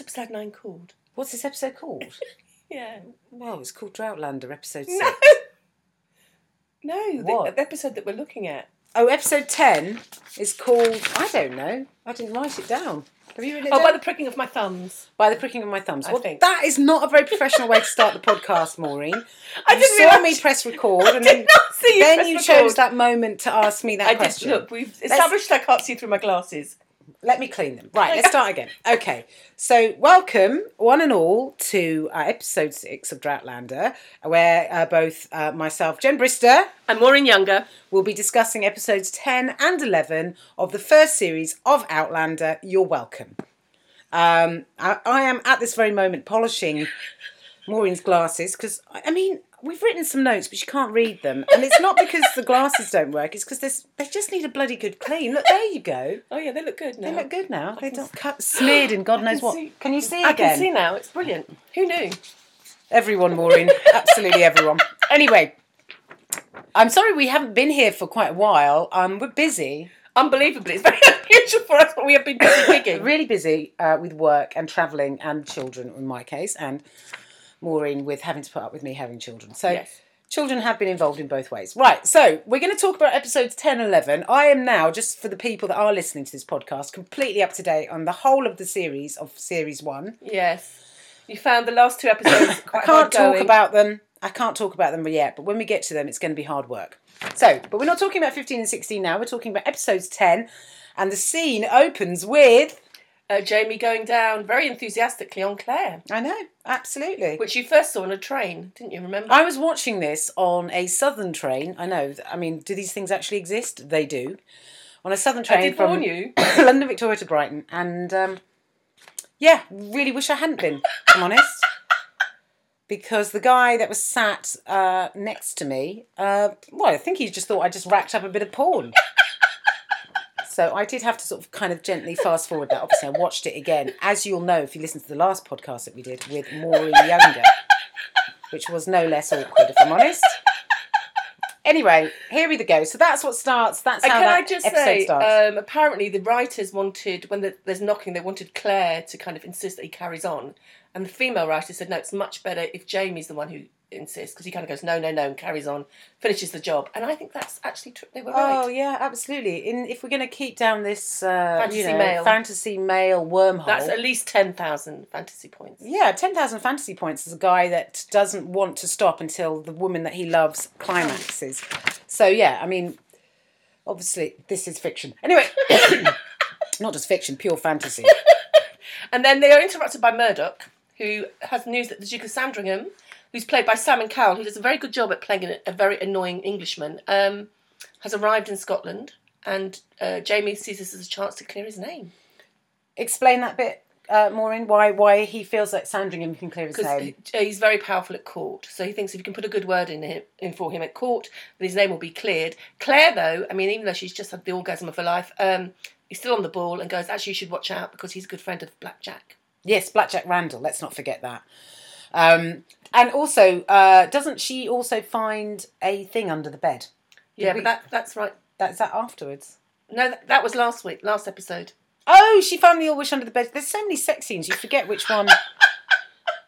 episode nine called? What's this episode called? Yeah. well, it's called Droughtlander, episode six. No. No, the What? episode that we're looking at. Oh, episode 10 is called, I don't know, I didn't write it down. Have you written it Oh, down? by the pricking of my thumbs. By the pricking of my thumbs. I Well, think. that is not a very professional way to start the podcast, Maureen. I You didn't saw realise- me press record, I and did then, not see you. then press you record. chose that moment to ask me that I did. question. Look, we've established I can't see through my glasses. Let me clean them. Right, let's start again. Okay, so welcome, one and all, to uh, episode six of Droughtlander, where uh, both uh, myself, Jen Brister, I'm Maureen Younger. We'll be discussing episodes 10 and 11 of the first series of Outlander. You're welcome. Um, I, I am at this very moment polishing Maureen's glasses because, I I mean, we've written some notes, but she can't read them. And it's not because the glasses don't work, it's because they just need a bloody good clean. Look, there you go. Oh yeah, they look good now. They look good now. They're not cut, smeared in God knows can what. see- Can you see I again? can see now. It's brilliant. Who knew? Everyone, Maureen. Absolutely everyone. Anyway, I'm sorry we haven't been here for quite a while. Um, we're busy. Unbelievably, it's very unusual for us, but we have been busy gigging. really busy uh, with work and travelling and children in my case and maureen with having to put up with me having children so Yes. children have been involved in both ways right so we're going to talk about episodes 10 11 i am now just for the people that are listening to this podcast completely up to date on the whole of the series of series one Yes, you found the last two episodes quite i can't hard talk going. about them i can't talk about them yet but when we get to them it's going to be hard work so but we're not talking about 15 and 16 now we're talking about episodes 10 and the scene opens with uh, Jamie going down very enthusiastically on Claire, i know absolutely which you first saw on a train, didn't you? Remember? I was watching this on a southern train. I know. I mean, do these things actually exist? They do. On a southern train I did from warn you. London Victoria to Brighton, and um, yeah, really wish I hadn't been. if I'm honest, because the guy that was sat uh, next to me, uh, well, I think he just thought I just racked up a bit of porn. So I did have to sort of kind of gently fast forward that. Obviously, I watched it again, as you'll know if you listen to the last podcast that we did with Maureen Younger, which was no less awkward, if I'm honest. Anyway, here we go. So that's what starts. That's And how can I that just episode say, starts. um, apparently the writers wanted, when the, there's knocking, they wanted Claire to kind of insist that he carries on. And the female writer said, no, it's much better if Jamie's the one who insists, because he kind of goes, no, no, no, and carries on, finishes the job. And I think that's actually true. They were Oh right. yeah, absolutely. In if we're going to keep down this uh, Fantasy you know, mail. fantasy male wormhole, That's at least 10,000 fantasy points. yeah, ten thousand fantasy points is a guy that doesn't want to stop until the woman that he loves climaxes. So yeah, I mean, obviously this is fiction. Anyway, not just fiction, pure fantasy. And then they are interrupted by Murdoch, who has news that the Duke of Sandringham, who's played by Simon Cowell, who does a very good job at playing a, a very annoying Englishman, um, has arrived in Scotland. And uh, Jamie sees this as a chance to clear his name. Explain that bit, uh, Maureen. Why why he feels like Sandringham can clear his Because name? he's very powerful at court, so he thinks if you can put a good word in him in for him at court, then his name will be cleared. Claire, though, I mean, even though she's just had the orgasm of her life, um, he's still on the ball and goes, "Actually, you should watch out because he's a good friend of Blackjack." Yes, Blackjack Randall. Let's not forget that. Um, and also, uh, doesn't she also find a thing under the bed? Yeah, we- but that, that's right. That's that afterwards. No, that, that was last week, last episode. Oh, she found the ill wish under the bed. There's so many sex scenes, you forget which one.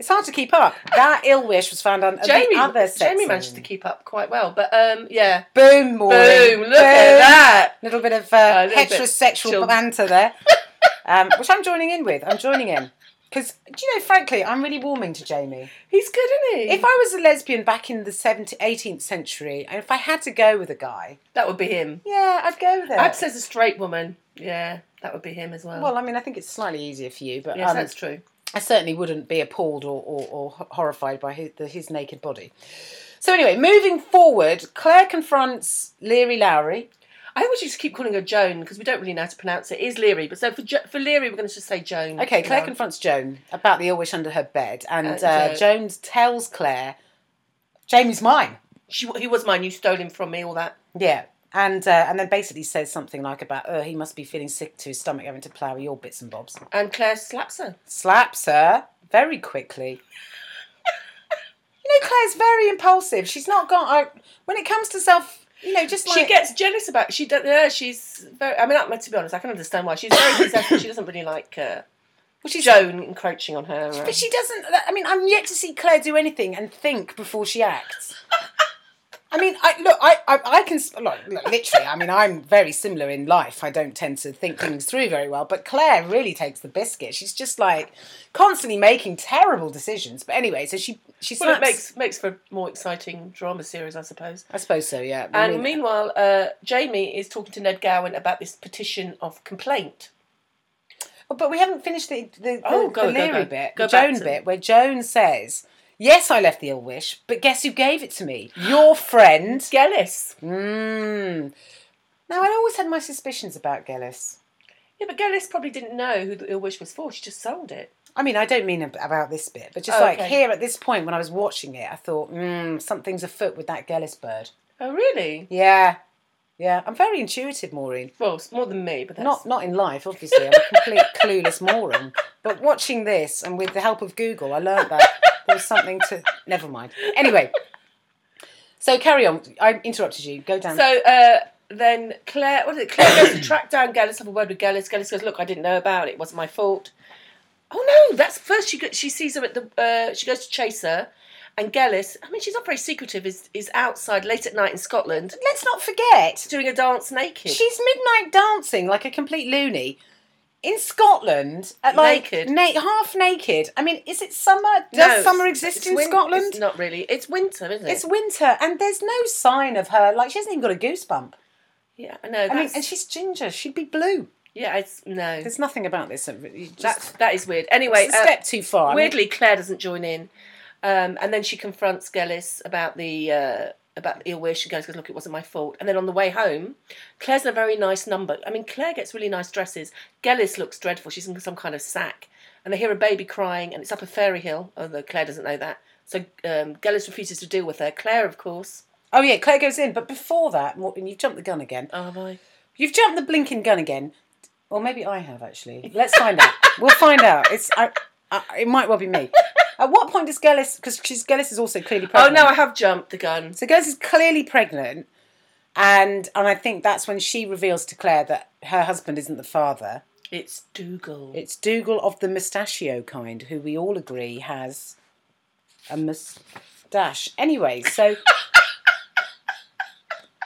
it's hard to keep up. That ill wish was found under Jamie, the other sex Jamie managed to keep up quite well, but um, yeah, Boom, Maureen. boom! Look at Boom. that. Little bit of A uh, little bit heterosexual chill. banter there, um, which I'm joining in with. I'm joining in. Because, do you know, frankly, I'm really warming to Jamie. He's good, isn't he? If I was a lesbian back in the 17th, 18th century, and if I had to go with a guy, that would be him. yeah, I'd go with him. Ab says a straight woman. Yeah, that would be him as well. Well, I mean, I think it's slightly easier for you, but yes, um, that's true. I certainly wouldn't be appalled or, or, or horrified by his, the, his naked body. So anyway, moving forward, Claire confronts Leary Lowry. I think we should just keep calling her Joan because we don't really know how to pronounce it. It is Leary, but so for jo- for Leary, we're going to just say Joan. Okay, Claire Now. confronts Joan about the ill wish under her bed, and Uh, uh, Jo- Joan tells Claire, "Jamie's mine." She, he was mine. You stole him from me. All that. Yeah, and uh, and then basically says something like about, "Oh, he must be feeling sick to his stomach, having to plough your bits and bobs." And Claire slaps her. Slaps her very quickly. you know, Claire's very impulsive. She's not got. I, when it comes to self, you know, just like she gets jealous about. She don't. Yeah, she's very. I mean, I- to be honest, I can understand why she's very possessive. she doesn't really like uh, Which is Joan encroaching on her. uh, But she doesn't. I mean, I'm yet to see Claire do anything and think before she acts. I mean, I look, I, I, I can s- look, look, literally. I mean, I'm very similar in life. I don't tend to think things through very well, but Claire really takes the biscuit. She's just like constantly making terrible decisions. But anyway, so she she well, it snaps. makes makes for a more exciting drama series, I suppose. I suppose so. Yeah. I And mean, meanwhile, uh, Jamie is talking to Ned Gowan about this petition of complaint. oh, But we haven't finished the the, the, Oh, go- the go- Leary go. bit, Go the back Joan to- bit, where Joan says, "Yes, I left the ill wish, but guess who gave it to me? Your friend." Gellis. Hmm. Mm. Now, I always had my suspicions about Gellis. Yeah, but Gellis probably didn't know who the ill wish was for. She just sold it. I mean, I don't mean ab- about this bit, but just Oh, like okay. here at this point when I was watching it, I thought, mm, something's afoot with that Gellis bird. Oh, really? Yeah, yeah. I'm very intuitive, Maureen. Well, it's more than me, but that's Not not in life, obviously. I'm a complete clueless moron. But watching this and with the help of Google, I learned that there was something to. Never mind. Anyway, so carry on. I interrupted you. Go down. So uh, then Claire, what is it? Claire goes to track down Gellis, have a word with Gellis. Gellis goes, "Look, I didn't know about it. It wasn't my fault." Oh no! That's first she go- she sees her at the. Uh, she goes to chase her, and Gellis. I mean, she's not very secretive. Is is outside late at night in Scotland Let's not forget doing a dance naked. She's midnight dancing like a complete loony in Scotland at like Naked. na- half naked. I mean, is it summer? No, Does summer it's- exist it's in win- Scotland? It's not really. It's winter, isn't it? It's winter, and there's no sign of her. Like she hasn't even got a goosebump. yeah, I know. I mean, that's- and she's ginger. She'd be blue. yeah, it's no. There's nothing about this. that really- Just, That's that is weird. Anyway, it's a uh, step too far. I mean, Weirdly, Claire doesn't join in, um, and then she confronts Gellis about the uh, about the ill wish. And Gellis goes, "Look, it wasn't my fault." And then on the way home, Claire's in a very nice number. I mean, Claire gets really nice dresses. Gellis looks dreadful. She's in some kind of sack, and they hear a baby crying, and it's up a fairy hill. Although Claire doesn't know that, so um, Gellis refuses to deal with her. Claire, of course. oh yeah, Claire goes in, but before that, Mor- and you've jumped the gun again. Oh my! You've jumped the blinking gun again. Well, maybe I have actually. Let's find out. We'll find out. It's I, I, it might well be me. At what point does Gellis? Because she's Gellis is also clearly Oh pregnant. no, I have jumped the gun. So Gellis is clearly pregnant, and and I think that's when she reveals to Claire that her husband isn't the father. It's Dougal. It's Dougal of the mustachio kind, who we all agree has a mustache. Anyway, so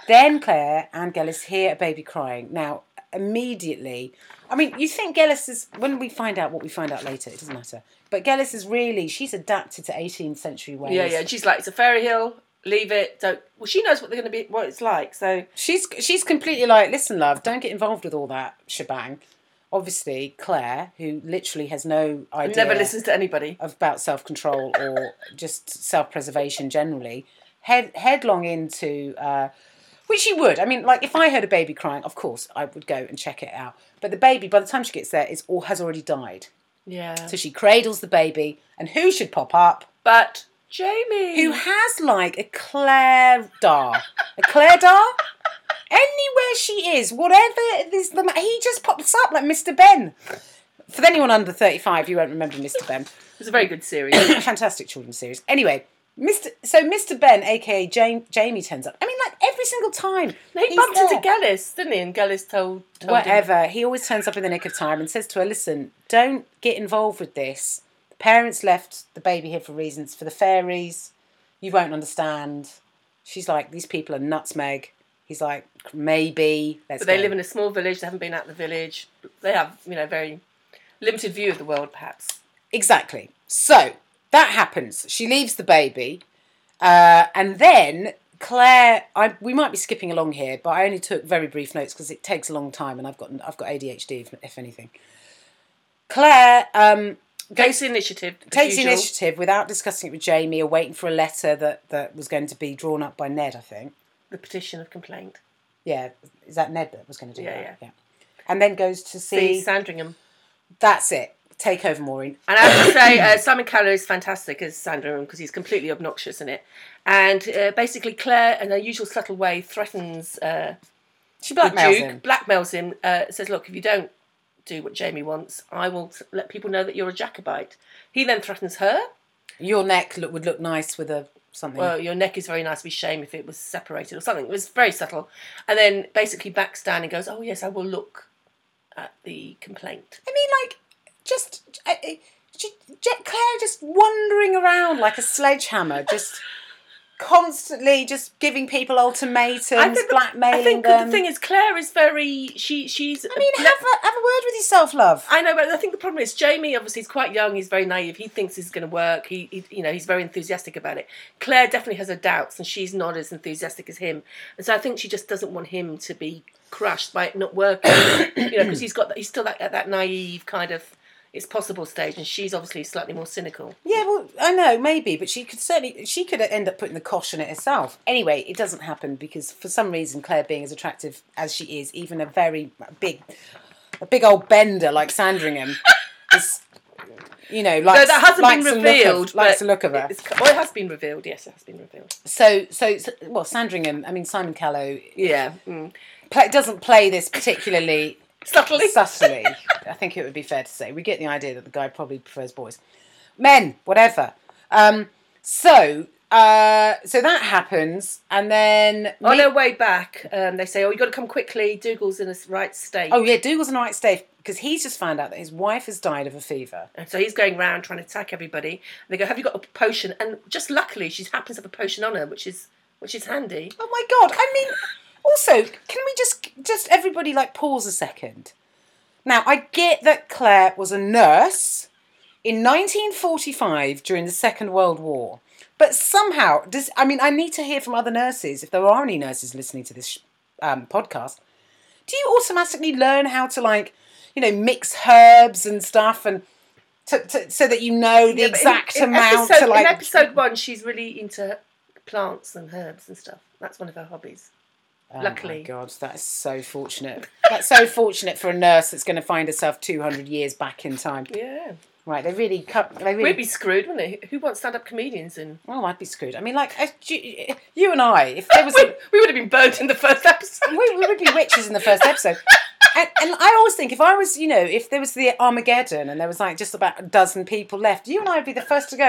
then Claire and Gellis hear a baby crying. Now, immediately, I mean, you think Gellis is, when we find out what we find out later, it doesn't matter. But Gellis is really, she's adapted to 18th century ways. yeah, yeah. And she's like, "It's a fairy hill. Leave it. Don't." Well, she knows what they're going to be, what it's like. So She's she's completely like, listen, love, don't get involved with all that shebang. Obviously, Claire, who literally has no idea never listens to anybody. about self control or just self preservation generally, head headlong into uh, which she would. I mean, like if I heard a baby crying, of course I would go and check it out. But the baby, by the time she gets there, is or has already died. Yeah. So she cradles the baby, and who should pop up? But Jamie, who has like a Claire Dar. A Claire Dar? Anywhere she is, whatever this the ma- he just pops up like Mr. Ben. For anyone under 35, you won't remember Mr. Ben. it's a very good series. Fantastic children's series. Anyway, Mr. So Mr. Ben, aka Jam- Jamie, turns up. I mean, like every single time. he he's bumped there. into Gellis, didn't he? And Gellis told, told Him. Whatever. He always turns up in the nick of time and says to her, listen, don't get involved with this. The parents left the baby here for reasons for the fairies. You won't understand. She's like, these people are nuts, Meg. He's like, maybe. Let's But they go." live in a small village. They haven't been out the village. They have, you know, very limited view of the world, perhaps. Exactly. So that happens. She leaves the baby, uh, and then Claire. I, we might be skipping along here, but I only took very brief notes because it takes a long time, and I've got I've got ADHD if, if anything. Claire um, goes Takes the initiative. as takes the usual. initiative without discussing it with Jamie or waiting for a letter that, that was going to be drawn up by Ned, I think. The petition of complaint. Yeah, is that Ned that was going to do Yeah, that? Yeah. And then goes to see. See Sandringham. That's it. Take over, Maureen. And I have to say, uh, Simon Callow is fantastic as Sandringham because he's completely obnoxious in it. And uh, basically, Claire, in her usual subtle way, threatens uh, She the blackmails Duke, him. blackmails him, uh, says, Look, if you don't do what Jamie wants, I will t- let people know that you're a Jacobite. He then threatens her. Your neck look, would look nice with a something. Well, your neck is very nice. Be shame if it was separated or something. It was very subtle. And then basically backs down and goes, Oh, yes, I will look at the complaint. I mean, like, just uh, uh, she- Jet Claire just wandering around like a sledgehammer, just constantly just giving people ultimatums, the- blackmailing I think them. the thing is, Claire is very. She she's. I mean, have a, have a word with yourself, love. I know, but I think the problem is Jamie. Obviously, he's quite young. He's very naive. He thinks this is going to work. He, he, you know, he's very enthusiastic about it. Claire definitely has her doubts, and she's not as enthusiastic as him. And so I think she just doesn't want him to be crushed by it not working. you know, because he's got that, he's still that, at that naive kind of it's possible stage, and she's obviously slightly more cynical. Yeah, well, I know, maybe, but she could certainly she could end up putting the cosh on it herself. Anyway, it doesn't happen because for some reason Claire being as attractive as she is, even a very big a big old bender like Sandringham is you know, So likes, that hasn't likes been the look of- revealed. likes but the look of her. It's, well, it has been revealed. Yes, it has been revealed. So, so, so, well, Sandringham, I mean, Simon Callow Yeah, mm. play, doesn't play this particularly subtly. subtly. I think it would be fair to say we get the idea that the guy probably prefers boys, men, whatever. Um, so uh, so that happens, and then On their way back, um, they say, "Oh, you got to come quickly. Dougal's in a right state." oh yeah, Dougal's an right stave because he's just found out that his wife has died of a fever. And so he's going round trying to attack everybody. And they go, "Have you got a potion?" And just luckily, she happens to have a potion on her, which is which is handy. Oh my god! I mean, also, can we just just everybody like pause a second? Now I get that Claire was a nurse in 1945 during the Second World War, but somehow does I mean I need to hear from other nurses if there are any nurses listening to this sh- um, podcast. Do you automatically learn how to like you know mix herbs and stuff and to, to, so that you know the Yeah, but in- exact in amount episode, to like in episode one, she's really into plants and herbs and stuff. That's one of her hobbies. Oh my luckily, God, that's so fortunate. That's so fortunate for a nurse that's going to find herself 200 years back in time. yeah, Right, they really cut. They really. we'd be screwed, wouldn't it? Who wants stand-up comedians? And well, I'd be screwed. I mean, like, if you, you and I, if there was. we, A, we would have been burned in the first episode. we, we would be witches in the first episode. And, and I always think if I was, you know, if there was the Armageddon and there was like just about a dozen people left, you and I would be the first to go.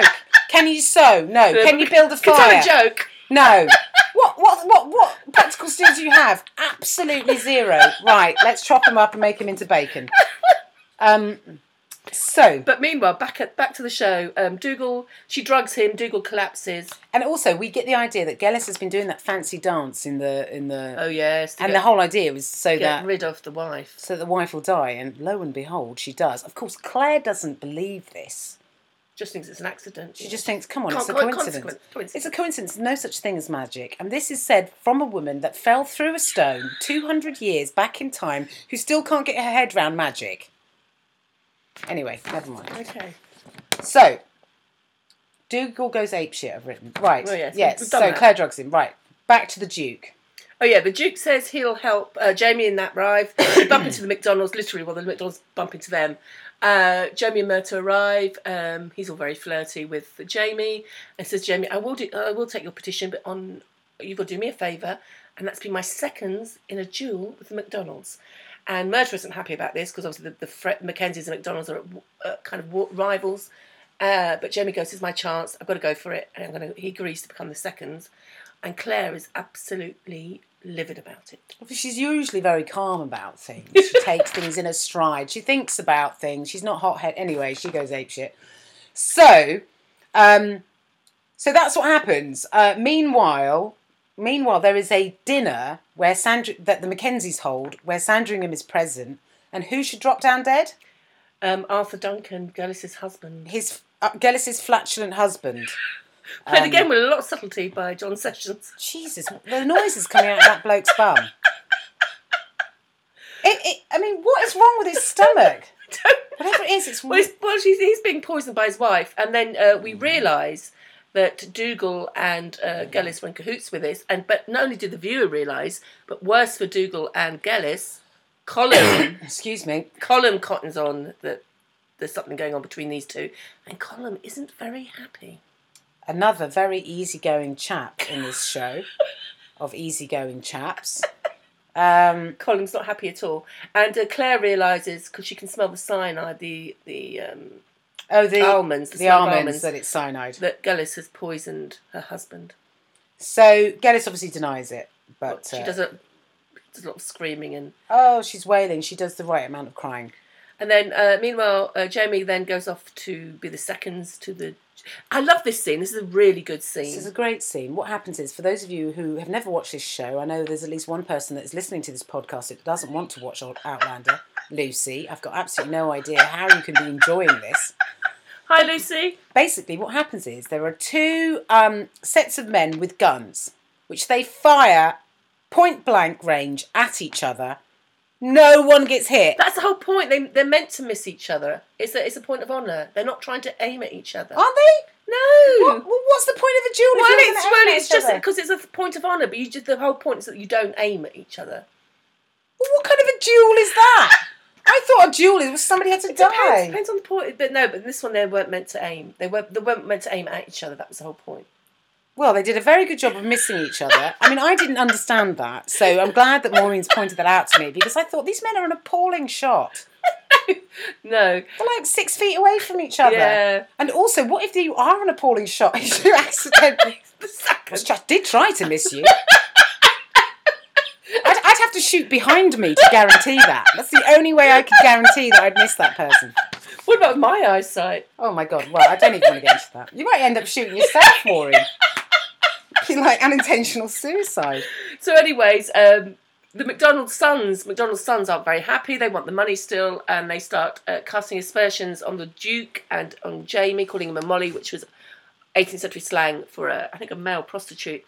Can you sew? No. Can you build a Can fire? tell a joke. No. What what what what practical skills do you have? Absolutely zero. Right, let's chop them up and make them into bacon. Um, so But meanwhile, back at back to the show. Um, Dougal, she drugs him. Dougal collapses. and also we get the idea that Gellis has been doing that fancy dance in the in the Oh yes, to and get, the whole idea was so get that rid of the wife. so that the wife will die and lo and behold she does. Of course Claire doesn't believe this. Just thinks it's an accident. She just thinks, come on, Con- it's a con- coincidence. consequence- coincidence. It's a coincidence. No such thing as magic. And this is said from a woman that fell through a stone 200 years back in time who still can't get her head round magic. Anyway, never mind. okay. So, Dougal goes apeshit, I've written. Right. Oh, yes, yes. we've So, done that. Claire drugs him. Right. Back to the Duke. Oh yeah, the Duke says he'll help uh, Jamie in that drive. They bump into the McDonald's, literally, while the McDonald's bump into them. Uh, Jamie and Myrta arrive. Um, he's all very flirty with Jamie and says, "Jamie, I will do, I will take your petition, but on you've got to do me a favour, and that's be my seconds in a duel with the McDonald's." And Myrta isn't happy about this because obviously the, the Fre- Mackenzies and McDonald's are uh, kind of wa- rivals. Uh, but Jamie goes, "It's my chance. I've got to go for it." And I'm going to. He agrees to become the seconds, and Claire is absolutely livid about it. She's usually very calm about things. She takes things in her stride. She thinks about things. She's not hothead anyway. She goes apeshit. So, um, so that's what happens. Uh, meanwhile, meanwhile, there is a dinner where Sandra that the Mackenzies hold, where Sandringham is present, and who should drop down dead? Um, Arthur Duncan, Gellis's husband, His uh, Gellis's flatulent husband. played again with a lot of subtlety by John Sessions. Jesus, the noise is coming out of that bloke's bum. It, it, I mean, what is wrong with his stomach? Whatever it is, it's well, he's, well she's, he's being poisoned by his wife, and then uh, we realise that Dougal and uh, Gellis were in cahoots with this. And but not only did the viewer realise, but worse for Dougal and Gellis, Colin Excuse me. Colin cottons on that there's something going on between these two, and Colin isn't very happy. Another very easygoing chap in this show of easygoing chaps. Um, Colin's not happy at all, and uh, Claire realises because she can smell the cyanide, the the um, oh, the Almonds, the the smell of almonds, almonds. that it's cyanide. that Gullis has poisoned her husband. So Gellis obviously denies it, but She uh, does a, does a lot of screaming and oh, she's wailing. She does the right amount of crying. And then, uh, meanwhile, uh, Jamie then goes off to be the seconds to the. I love this scene. This is a really good scene. This is a great scene. What happens is, for those of you who have never watched this show, I know there's at least one person that is listening to this podcast that doesn't want to watch Outlander. Lucy, I've got absolutely no idea how you can be enjoying this. Hi, Lucy. Basically, what happens is there are two um, sets of men with guns, which they fire point blank range at each other. No one gets hit. That's the whole point. They, they're meant to miss each other. It's a, it's a point of honour. They're not trying to aim at each other. Aren't they? No. What, well, what's the point of a duel? Well, if you're it's gonna well, aim at it's each just other? because it's a point of honour, but you just the whole point is that you don't aim at each other. Well, what kind of a duel is that? I thought a duel is somebody had to Depends, die. depends on the point, but no. But in this one, they weren't meant to aim. They were they weren't meant to aim at each other. That was the whole point. Well, they did a very good job of missing each other. I mean, I didn't understand that, so I'm glad that Maureen's pointed that out to me because I thought these men are an appalling shot. No. They're like six feet away from each other. Yeah. And also, what if you are an appalling shot if you accidentally. The second. Which I did try to miss you. I'd, I'd have to shoot behind me to guarantee that. That's the only way I could guarantee that I'd miss that person. What about my eyesight? Oh my god, well, I don't even want to get into that. You might end up shooting yourself, Maureen. Be like unintentional suicide. So, anyways, um, the McDonald's sons, McDonald's sons aren't very happy. They want the money still, and they start uh, casting aspersions on the Duke and on Jamie, calling him a Molly, which was 18th century slang for a, I think, a male prostitute.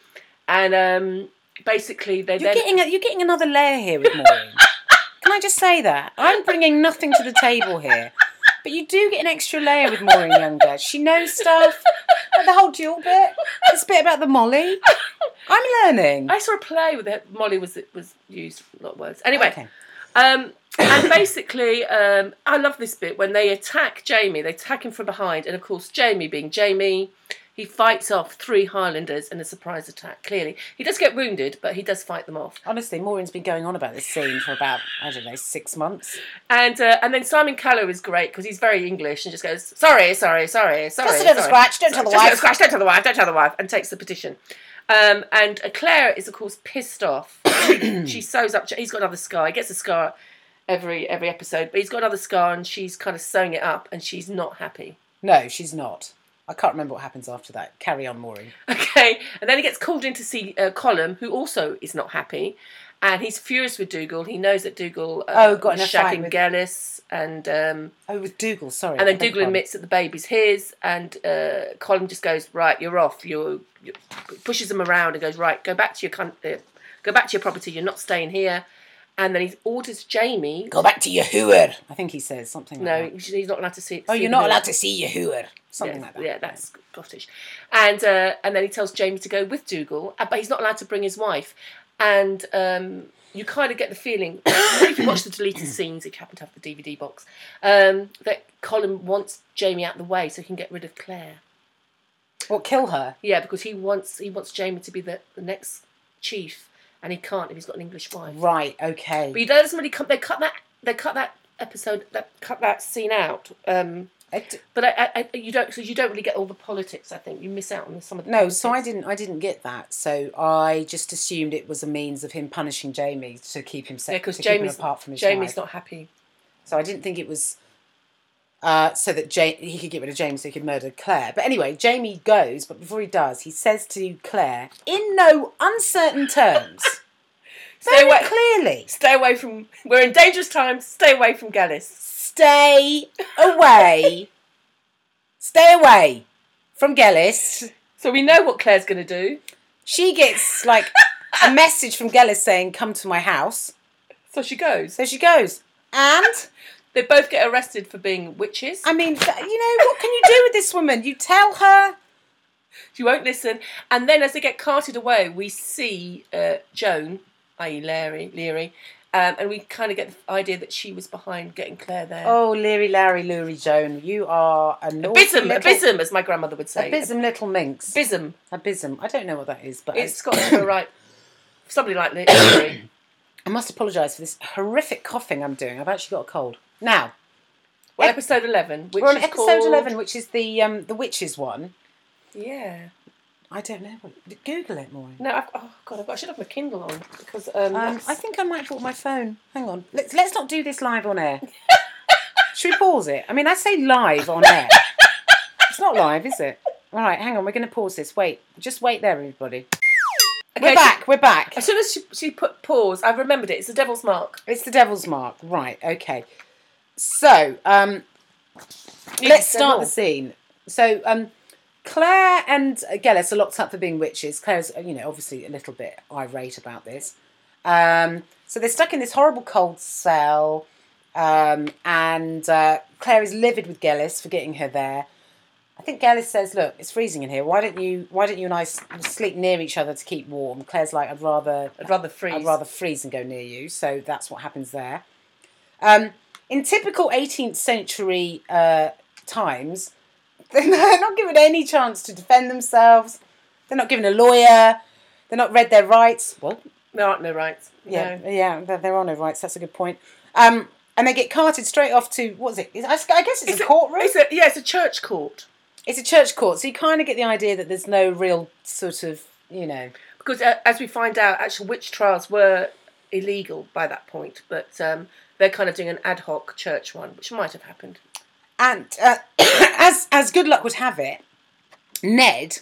And um, basically, they then You're getting, a, you're getting another layer here with Maureen. Can I just say that? I'm bringing nothing to the table here. But you do get an extra layer with Maureen Younger. She knows stuff. Like the whole duel bit. This bit about the Molly. I'm learning. I saw a play where the Molly was was used, not words. Anyway, Okay. um, and basically, um, I love this bit when they attack Jamie. They attack him from behind, and of course, Jamie, being Jamie, he fights off three Highlanders in a surprise attack. Clearly, he does get wounded, but he does fight them off. Honestly, Maureen's been going on about this scene for about, I don't know, six months. And uh, and then Simon Callow is great because he's very English and just goes, sorry, sorry, sorry, sorry. Just a little sorry. scratch, don't tell the Just a little wife." scratch, don't tell the wife, don't tell the wife, and takes the petition. Um, and uh, Claire is, of course, pissed off. she, she sews up, he's got another scar, he gets a scar every every episode, but he's got another scar and she's kind of sewing it up and she's not happy. No, she's not. I can't remember what happens after that. Carry on, Maureen. Okay, and then he gets called in to see uh, Colum, who also is not happy, and he's furious with Dougal. He knows that Dougal uh, Oh, got in was a fight shagging with- Gellis, and um, Oh, with Dougal, sorry. and then Beg your Dougal pardon. admits that the baby's his, and uh, Colin just goes, "Right, you're off." You you- pushes him around and goes, "Right, go back to your con- uh, go back to your property. You're not staying here." And then he orders Jamie. Go back to your hooer. I think he says something like No, that. he's not allowed to see. Oh, you're not allowed to see your hooer. Something like that. Yeah, that's Scottish. And uh, and then he tells Jamie to go with Dougal, uh, but he's not allowed to bring his wife. And um, you kind of get the feeling, if you watch the deleted scenes, if you happen to have the DVD box, um, that Colin wants Jamie out of the way so he can get rid of Claire. Well, kill her. Yeah, because he wants he wants Jamie to be the, the next chief, and he can't if he's got an English wife. Right, okay. But he doesn't really cut. They cut that. They cut that episode. That cut that scene out. Um, I d- but I, I, I, you don't. So you don't really get all the politics. I think you miss out on some of the. no, so I politics. didn't. I didn't get that. So I just assumed it was a means of him punishing Jamie to keep him Yeah, separate, because to keep him Jamie's apart from his Jamie's wife. not happy. So I didn't think it was uh, so that ja- he could get rid of James so he could murder Claire. But anyway, Jamie goes, but before he does, he says to Claire, in no uncertain terms, Stay very away. clearly, Stay away from. We're in dangerous times. Stay away from Gellis. stay away, stay away from Gellis. So we know what Claire's going to do. She gets like a message from Gellis saying, come to my house. So she goes. So she goes, and They both get arrested for being witches. I mean, th- you know, what can you do with this woman? You tell her She won't listen. And then as they get carted away, we see uh, Joan, i.e. Leary, Leary um, and we kind of get the idea that she was behind getting Claire there. Oh, Leary, Larry, Lurie, Joan, you are a naughty bism, little, abysm, as my grandmother would say. a bism little minx. Abysm. A bism. I don't know what that is, but It's I, Scottish for right. Somebody like Leary. I must apologise for this horrific coughing I'm doing. I've actually got a cold. Now Well, episode 11, which we're on is episode called- eleven, which is the um the witches one. Yeah. I don't know. What, Google it, Maureen. No, I've, oh, God, I've got, I should have my Kindle on because um, Um, that's- I think I might have bought my phone. Hang on. Let's let's not do this live on air. Should we pause it? I mean, I say live on air. It's not live, is it? All right, hang on. We're going to pause this. Wait, just wait there, everybody. Okay, We're back. We're back. As soon as she, she put pause, I remembered it. It's the devil's mark. It's the devil's mark, right? Okay. So um, You let's said start more. the scene. So um, Claire and Gellis are locked up for being witches. Claire's, uh, you know, obviously a little bit irate about this. Um, so they're stuck in this horrible cold cell, um, and uh, Claire is livid with Gellis for getting her there. I think Gellis says, "Look, it's freezing in here. Why don't you? Why don't you and I s- sleep near each other to keep warm?" Claire's like, "I'd rather I'd rather freeze. I'd rather freeze and go near you. So that's what happens there. Um, in typical 18th century uh, times, they're not given any chance to defend themselves. They're not given a lawyer. They're not read their rights. Well, There aren't no rights. yeah, No. yeah, there, there are no rights. That's a good point. Um, and they get carted straight off to what is it? Is- I s- I guess it's, It's a courtroom. It's a, yeah, it's a church court. it's a church court, so you kind of get the idea that there's no real sort of you know Because uh, as we find out, actual witch trials were illegal by that point, but um, they're kind of doing an ad hoc church one, which might have happened. And uh, as as good luck would have it, Ned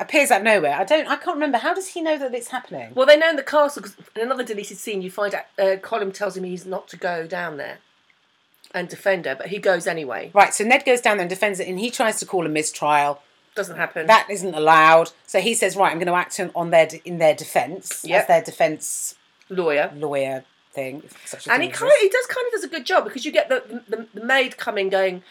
appears out of nowhere. I don't. I can't remember. How does he know that it's happening? Well, they know in the castle because in another deleted scene, you find out uh, Colin tells him he's not to go down there and defend her, but he goes anyway. Right. So Ned goes down there and defends it, and he tries to call a mistrial. Doesn't happen. That isn't allowed. So he says, "Right, I'm going to act on, on their de- in their defence Yep. as their defence lawyer. lawyer thing." if Such a and he thing kind of, he does kind of does a good job because you get the the, the maid coming going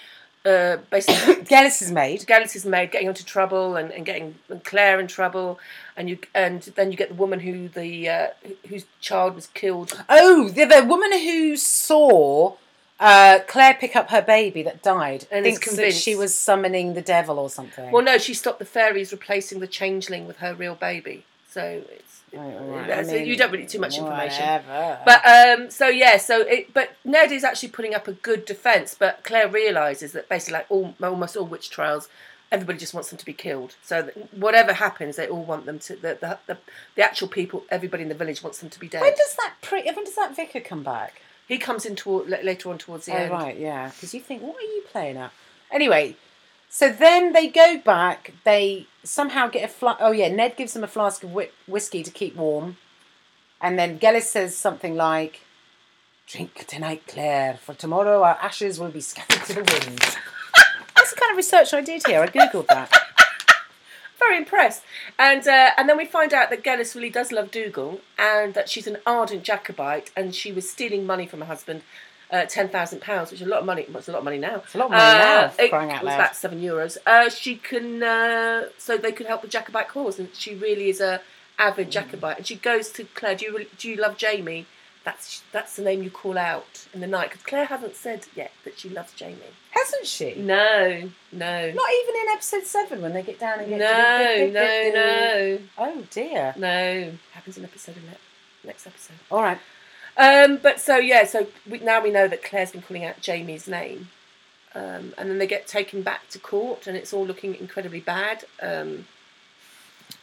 uh basically exists. Gellis is made. Gallus's maid getting into trouble and, and getting and Claire in trouble and you and then you get the woman who the uh, wh- whose child was killed Oh, the, the woman who saw uh, Claire pick up her baby that died And is thinks that convinced. she was summoning the devil or something. well no she stopped the fairies replacing the changeling with her real baby so it's that's- you don't really too much information Whatever. But um, so yeah, so it, but Ned is actually putting up a good defence, but Claire realises that basically, like all almost all witch trials, everybody just wants them to be killed. So that whatever happens, they all want them to the the, the, the actual people, everybody in the village wants them to be when dead. does that pre- when does that vicar come back? He comes in toward, la- later on towards the Oh end. right, yeah. Because you think, what are you playing at? Anyway, so then they go back. They somehow get a flask. Oh yeah, Ned gives them a flask of whi- whiskey to keep warm, and then Gellis says something like, "Drink tonight, Claire, for tomorrow our ashes will be scattered to the wind." That's the kind of research I did here. I googled that. Very impressed, and uh, and then we find out that Gellis really does love Dougal, and that she's an ardent Jacobite, and she was stealing money from her husband. Uh, ten thousand pounds, which is a lot of money. Well, it's a lot of money now. It's a lot of money now, for It crying out was loud. about seven euros. Uh, she can, uh, so they can help the Jacobite cause, and she really is a Mm. avid Jacobite. And she goes to Claire. Do you really, do you love Jamie? That's that's the name you call out in the night because Claire hasn't said yet that she loves Jamie. Hasn't she? No, no, Not even in episode seven when they get down and get no, no, no. Oh dear. No, happens in episode ele- next episode. All right. Um, but so yeah, so we, now we know that Claire's been calling out Jamie's name, um, and then they get taken back to court, and it's all looking incredibly bad. Um,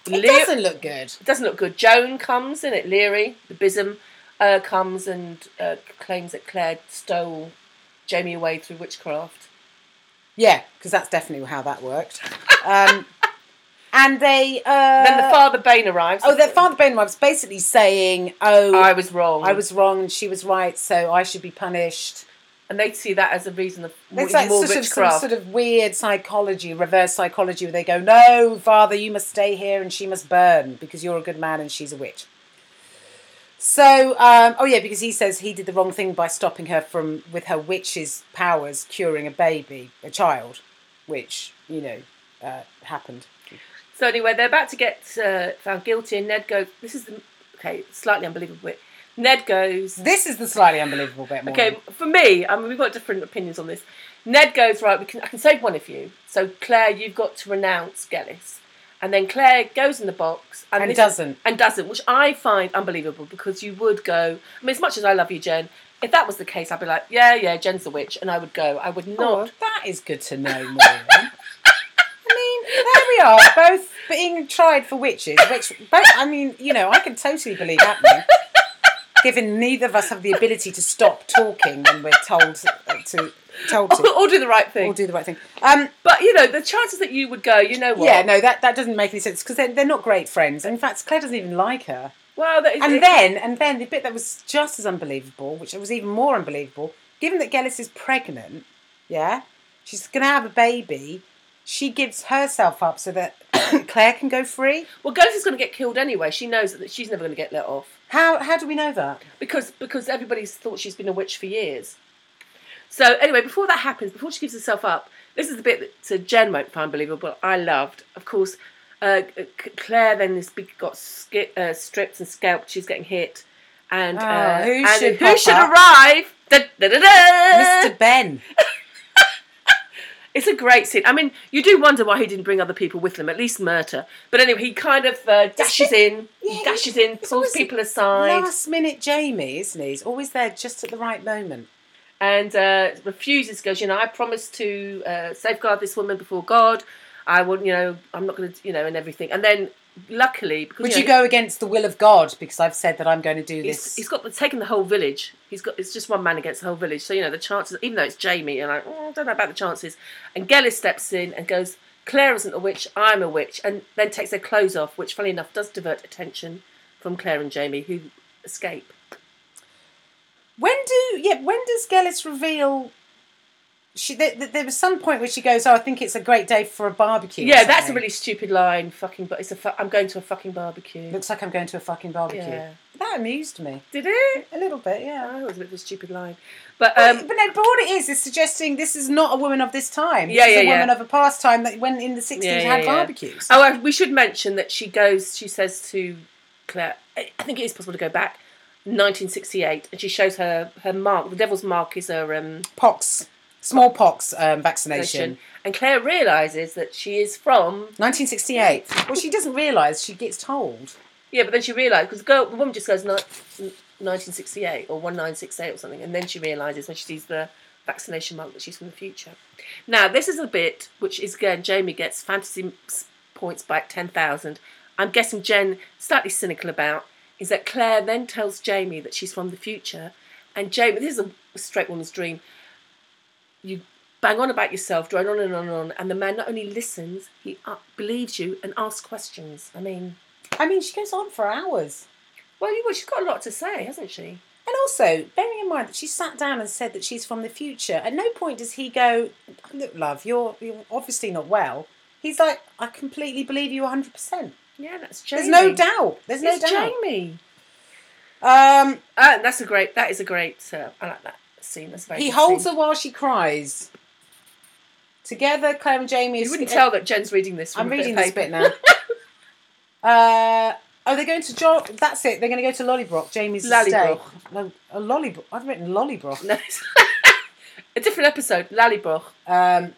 It Leo- doesn't look good. it doesn't look good. Joan comes in it. Leary, the bism, uh, comes and uh, claims that Claire stole Jamie away through witchcraft. Yeah, because that's definitely how that worked. Um, and they. Uh, then the father Bain arrives. Oh, their father Bain was basically saying, "Oh, I I, was wrong. was wrong and she was right, so I should be punished." and they see that as a reason of more, It's like more sort of, some witchcraft. sort of weird psychology, reverse psychology, where they go, "No, father, you must stay here and she must burn because you're a good man and she's a witch." So, um, oh yeah, because he says he did the wrong thing by stopping her from, with her witch's powers, curing a baby, a child, which you know uh, happened. So anyway, they're about to get uh, found guilty, and Ned goes. This is the okay, slightly unbelievable bit. Ned goes. This is the slightly unbelievable bit. Maureen. Okay, for me, I mean, we've got different opinions on this. Ned goes right. We can. I can save one of you. So Claire, you've got to renounce Gellis, and then Claire goes in the box and, And this- doesn't. and doesn't, which I find unbelievable because you would go. I mean, as much as I love you, Jen, if that was the case, I'd be like, yeah, yeah, Jen's the witch, and I would go. I would Oh, not. that is good to know, Maureen. I mean, there we are, both being tried for witches, which, both, I mean, you know, I can totally believe happening. given neither of us have the ability to stop talking when we're told uh, to told to or do the right or thing. do the right thing. Um, But you know, the chances that you would go, you know what? yeah, no, that, that doesn't make any sense because they're, they're not great friends. In fact, Claire doesn't even like her. Well, that is, And it- then, and then the bit that was just as unbelievable, which was even more unbelievable, given that Gellis is pregnant, yeah, she's gonna have a baby. She gives herself up so that Claire can go free. well, Ghost is going to get killed anyway. She knows that she's never going to get let off How how do we know that? because because everybody's thought she's been a witch for years. So anyway, before that happens, before she gives herself up, this is the bit that uh, Jen won't find believable. I loved, of course. Uh, C- Claire then this big got ski uh, stripped and scalped. She's getting hit, and Oh, uh, who and should who pop should up? arrive? Da, da, da, da. Mr. Ben. It's a great scene. I mean, you do wonder why he didn't bring other people with him, at least Murta. But anyway, he kind of uh, dashes in, Yeah, he dashes in, pulls always people aside, Last minute Jamie, isn't he? He's always there just at the right moment. and uh, refuses. Goes, you know, I promise to uh, safeguard this woman before God. I will, you know, I'm not going to, you know, and everything. And then, luckily, because Would know, you go against the will of God because I've said that I'm going to do He's, this? he's got the, taken the whole village. He's got it's just one man against the whole village. So you know the chances, even though it's Jamie, you're like, "Mm, I don't know about the chances. And Gellis steps in and goes, Claire isn't a witch, I'm a witch, and then takes their clothes off, which, funny enough, does divert attention from Claire and Jamie, who escape. When do yeah? When does Gellis reveal? She there, there- there was some point where she goes, "Oh, I think it's a great day for a barbecue." or yeah, that's a something. really stupid line. Fucking, but it's a. Fu- I'm going to a fucking barbecue. Looks like I'm going to a fucking barbecue. Yeah. That amused me Did it? a little bit. Yeah. Oh, it was a bit of a stupid line, but Um, um, but no, but all it is is suggesting this is not a woman of this time. Yeah, this is yeah, a woman yeah. of a past time that when in the sixties Yeah, yeah, had yeah. barbecues. Oh, uh, we should mention that she goes. She says to Claire, I I think it is possible to go back, 1968, and she shows her her mark. The devil's mark is her um, Pox, smallpox um, vaccination. nation, and Claire realizes that she is from. 1968. Well, she doesn't realise. She gets told. Yeah, but then she realizes because the girl, the woman just goes "Ni- 1968 or 1968 or something, and then she realizes when she sees the vaccination mark that she's from the future. Now, this is a bit which is again Jamie gets fantasy s- points by 10,000. I'm guessing Jen slightly cynical about is that Claire then tells Jamie that she's from the future, and Jamie, this is a straight woman's dream. You bang on about yourself, drone on and on and on, and the man not only listens, he uh, believes you and asks questions. I mean, I mean, she goes on for hours. well, you, well, she's got a lot to say, hasn't she? And also, bearing in mind that she sat down and said that she's from the future, at no point does he go, "Look, love, you're you're obviously not well." He's like, "I completely believe you 100." percent Yeah, that's Jamie. There's no doubt. There's no It's doubt. Jamie. Um, Uh, that's a great. That is a great. Uh, I like that scene. That's a very. he good holds Scene. her while she cries. Together, Claire and Jamie. You wouldn't tell that Jen's reading this. From I'm a bit of reading this paper. bit now. uh, oh, they're going to jo- That's it. They're going to go to Lollybrock. Jamie's Lallybroch. estate. No, a Lollybrock. I've written Lollybroch. No, it's- a different episode. Lallybroch. Um,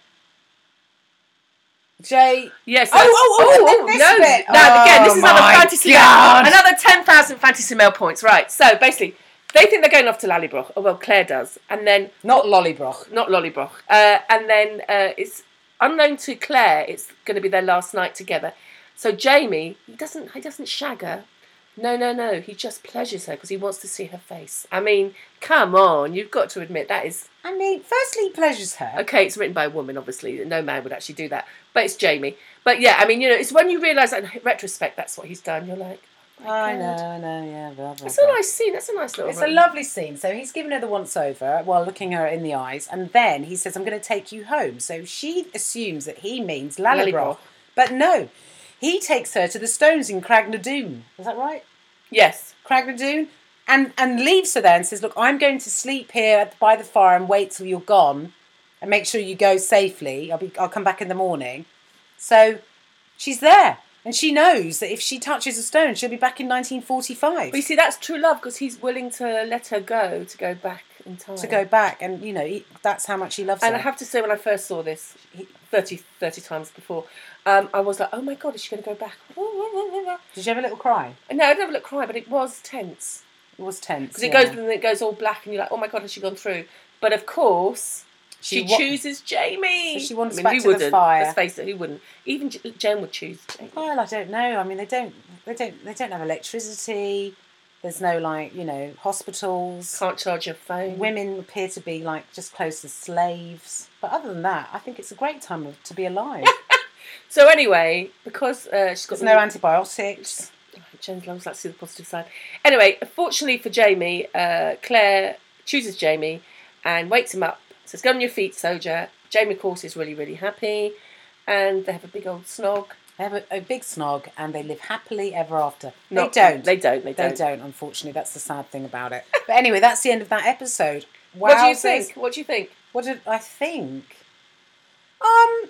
Jay. Yes. Oh, that's- oh, oh, and then no, this bit. no, again, this Oh is another my fantasy. God. Another ten thousand fantasy mail points. Right. So basically, they think they're going off to Lallybroch. Oh well, Claire does, and then Not Lollybroch. not Lollybroch. Uh, and then uh, it's unknown to Claire. It's going to be their last night together. So Jamie, he doesn't, he doesn't shag her. No, no, no. He just pleasures her because he wants to see her face. I mean, come on. You've got to admit that is I mean, firstly, he pleasures her. okay. It's written by a woman, obviously. No man would actually do that. But it's Jamie. But yeah, I mean, you know, it's when you realise that in retrospect, that's what he's done. You're like, I Oh God. know, no, yeah. Blah, blah, it's a blah. nice scene. That's a nice little. It's a run. lovely scene. So he's given her the once over while looking her in the eyes, and then he says, I'm going to take you home. So she assumes that he means Lallybroch, Lallybroch. but no, he takes her to the stones in Cragnadoon. Is that right? Yes. Cragnadoon? And, and leaves her there and says, Look, I'm going to sleep here at- by the fire and wait till you're gone and make sure you go safely. I'll, be, I'll come back in the morning. So she's there. And she knows that if she touches a stone, she'll be back in 1945. But you see, that's true love because he's willing to let her go to go back in time. to go back and you know he, that's how much he loves And her. I have to say, when I first saw this 30, 30 times before, um, I was like, oh my god, is she going to go back? Did you have a little cry? And no, I never look cry, but it was tense. It was tense. Because it yeah. goes and it goes all black, and you're like, oh my god, has she gone through? But of course, she, wa- chooses Jamie. So she wants I mean, back who to the wouldn't? fire. Let's face it, who wouldn't? Even J- Jen would choose Jamie. Well, I don't know. I mean, they don't, they don't, they don't have electricity. There's no like you know hospitals. Can't charge your phone. Women appear to be like just close as slaves. But other than that, I think it's a great time of- to be alive. So anyway, because uh, she's got There's no antibiotics. James loves that. See the positive side. Anyway, fortunately for Jamie, uh, Claire chooses Jamie and wakes him up. Says, "Get on your feet, soldier." Jamie, of course, is really really happy, and they have a big old snog. They have a, a big snog and they live happily ever after. Not- they don't. They don't. They They don't. don't. unfortunately. That's the sad thing about it. But anyway, that's the end of that episode. Wow, What do you think? What do you think? What did I think? Um,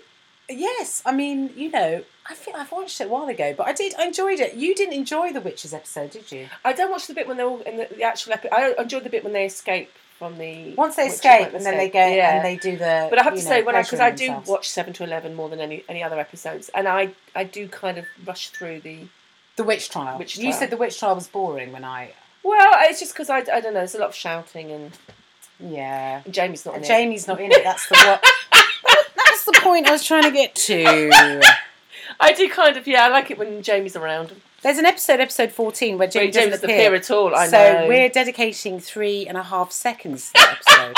yes. I mean, you know, I think I've watched it a while ago, but I did. I enjoyed it. You didn't enjoy the witches episode, did you? I don't watch the bit when they're all in the, the actual epi I enjoyed the bit when they escape from the. Once they which is escape like and then they escape. go and they do the. But I have to you say, know, when I because pleasuring I do themselves. watch Seven to Eleven more than any any other episodes, and I I do kind of rush through the. the witch trial. Witch you trial. said the witch trial was boring when I. Well, it's just because I, I don't know. There's a lot of shouting and, Yeah. and Jamie's not in And it. Jamie's not in it. That's the what. That's the point I was trying to get to. I do kind of yeah. I like it when Jamie's around. There's an episode, episode 14, where Jamie Jamie doesn't doesn't appear at all. I so know. we're dedicating three and a half seconds to that episode.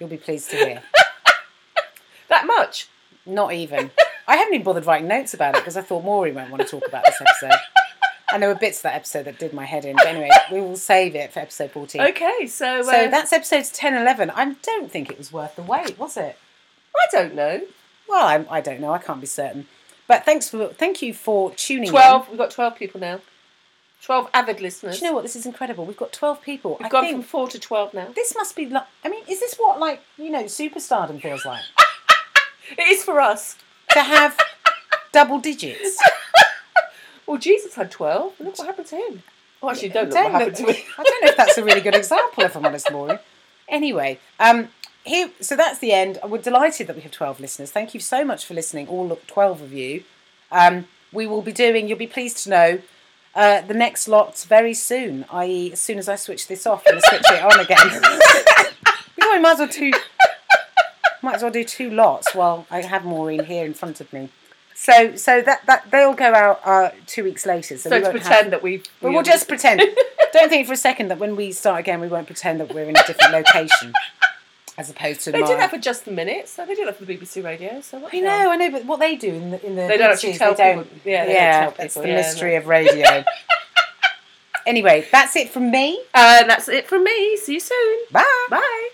You'll be pleased to hear. That much. Not even. I haven't even bothered writing notes about it because I thought Maury won't want to talk about this episode. And there were bits of that episode that did my head in. But anyway, we will save it for episode 14. Okay, so, uh, So that's episodes 10 11. I don't think it was worth the wait, was it? I don't know. Well, I'm, I don't know. I can't be certain. But thanks for thank you for tuning in. Twelve. We've got twelve people now. Twelve avid listeners. Do you know what? This is incredible. We've got 12 people. We've I gone think from four to twelve now. this must be like, I mean, is this what, like, you know, superstardom feels like? It is for us. to have double digits. Well, Jesus had twelve. Look what happened to him. Well, actually, don't look Don't what look- happened to me. I don't know if that's a really good example, if I'm honest, Maury. Anyway, um, here, so that's the end. We're delighted that we have 12 listeners. Thank you so much for listening, all 12 of you. Um, we will be doing, you'll be pleased to know, uh, the next lot very soon, i.e., as soon as I switch this off and I switch it on again. we probably might as well do, might as well do two lots while I have Maureen here in front of me. So, so that, that they'll go out uh, two weeks later. So, So we to won't have- pretend that we. but we'll just pretend. Don't think for a second that when we start again, we won't pretend that we're in a different location, as opposed to. They do tomorrow. that for just the minutes. So they do that for the BBC Radio. So what? I the hell? know, I know, but what they do in the in the They don't BBC actually is tell they don't, people. Yeah, they don't yeah, tell that's people, the yeah, mystery of radio. anyway, that's it from me. Uh, and that's it from me. See you soon. Bye. Bye.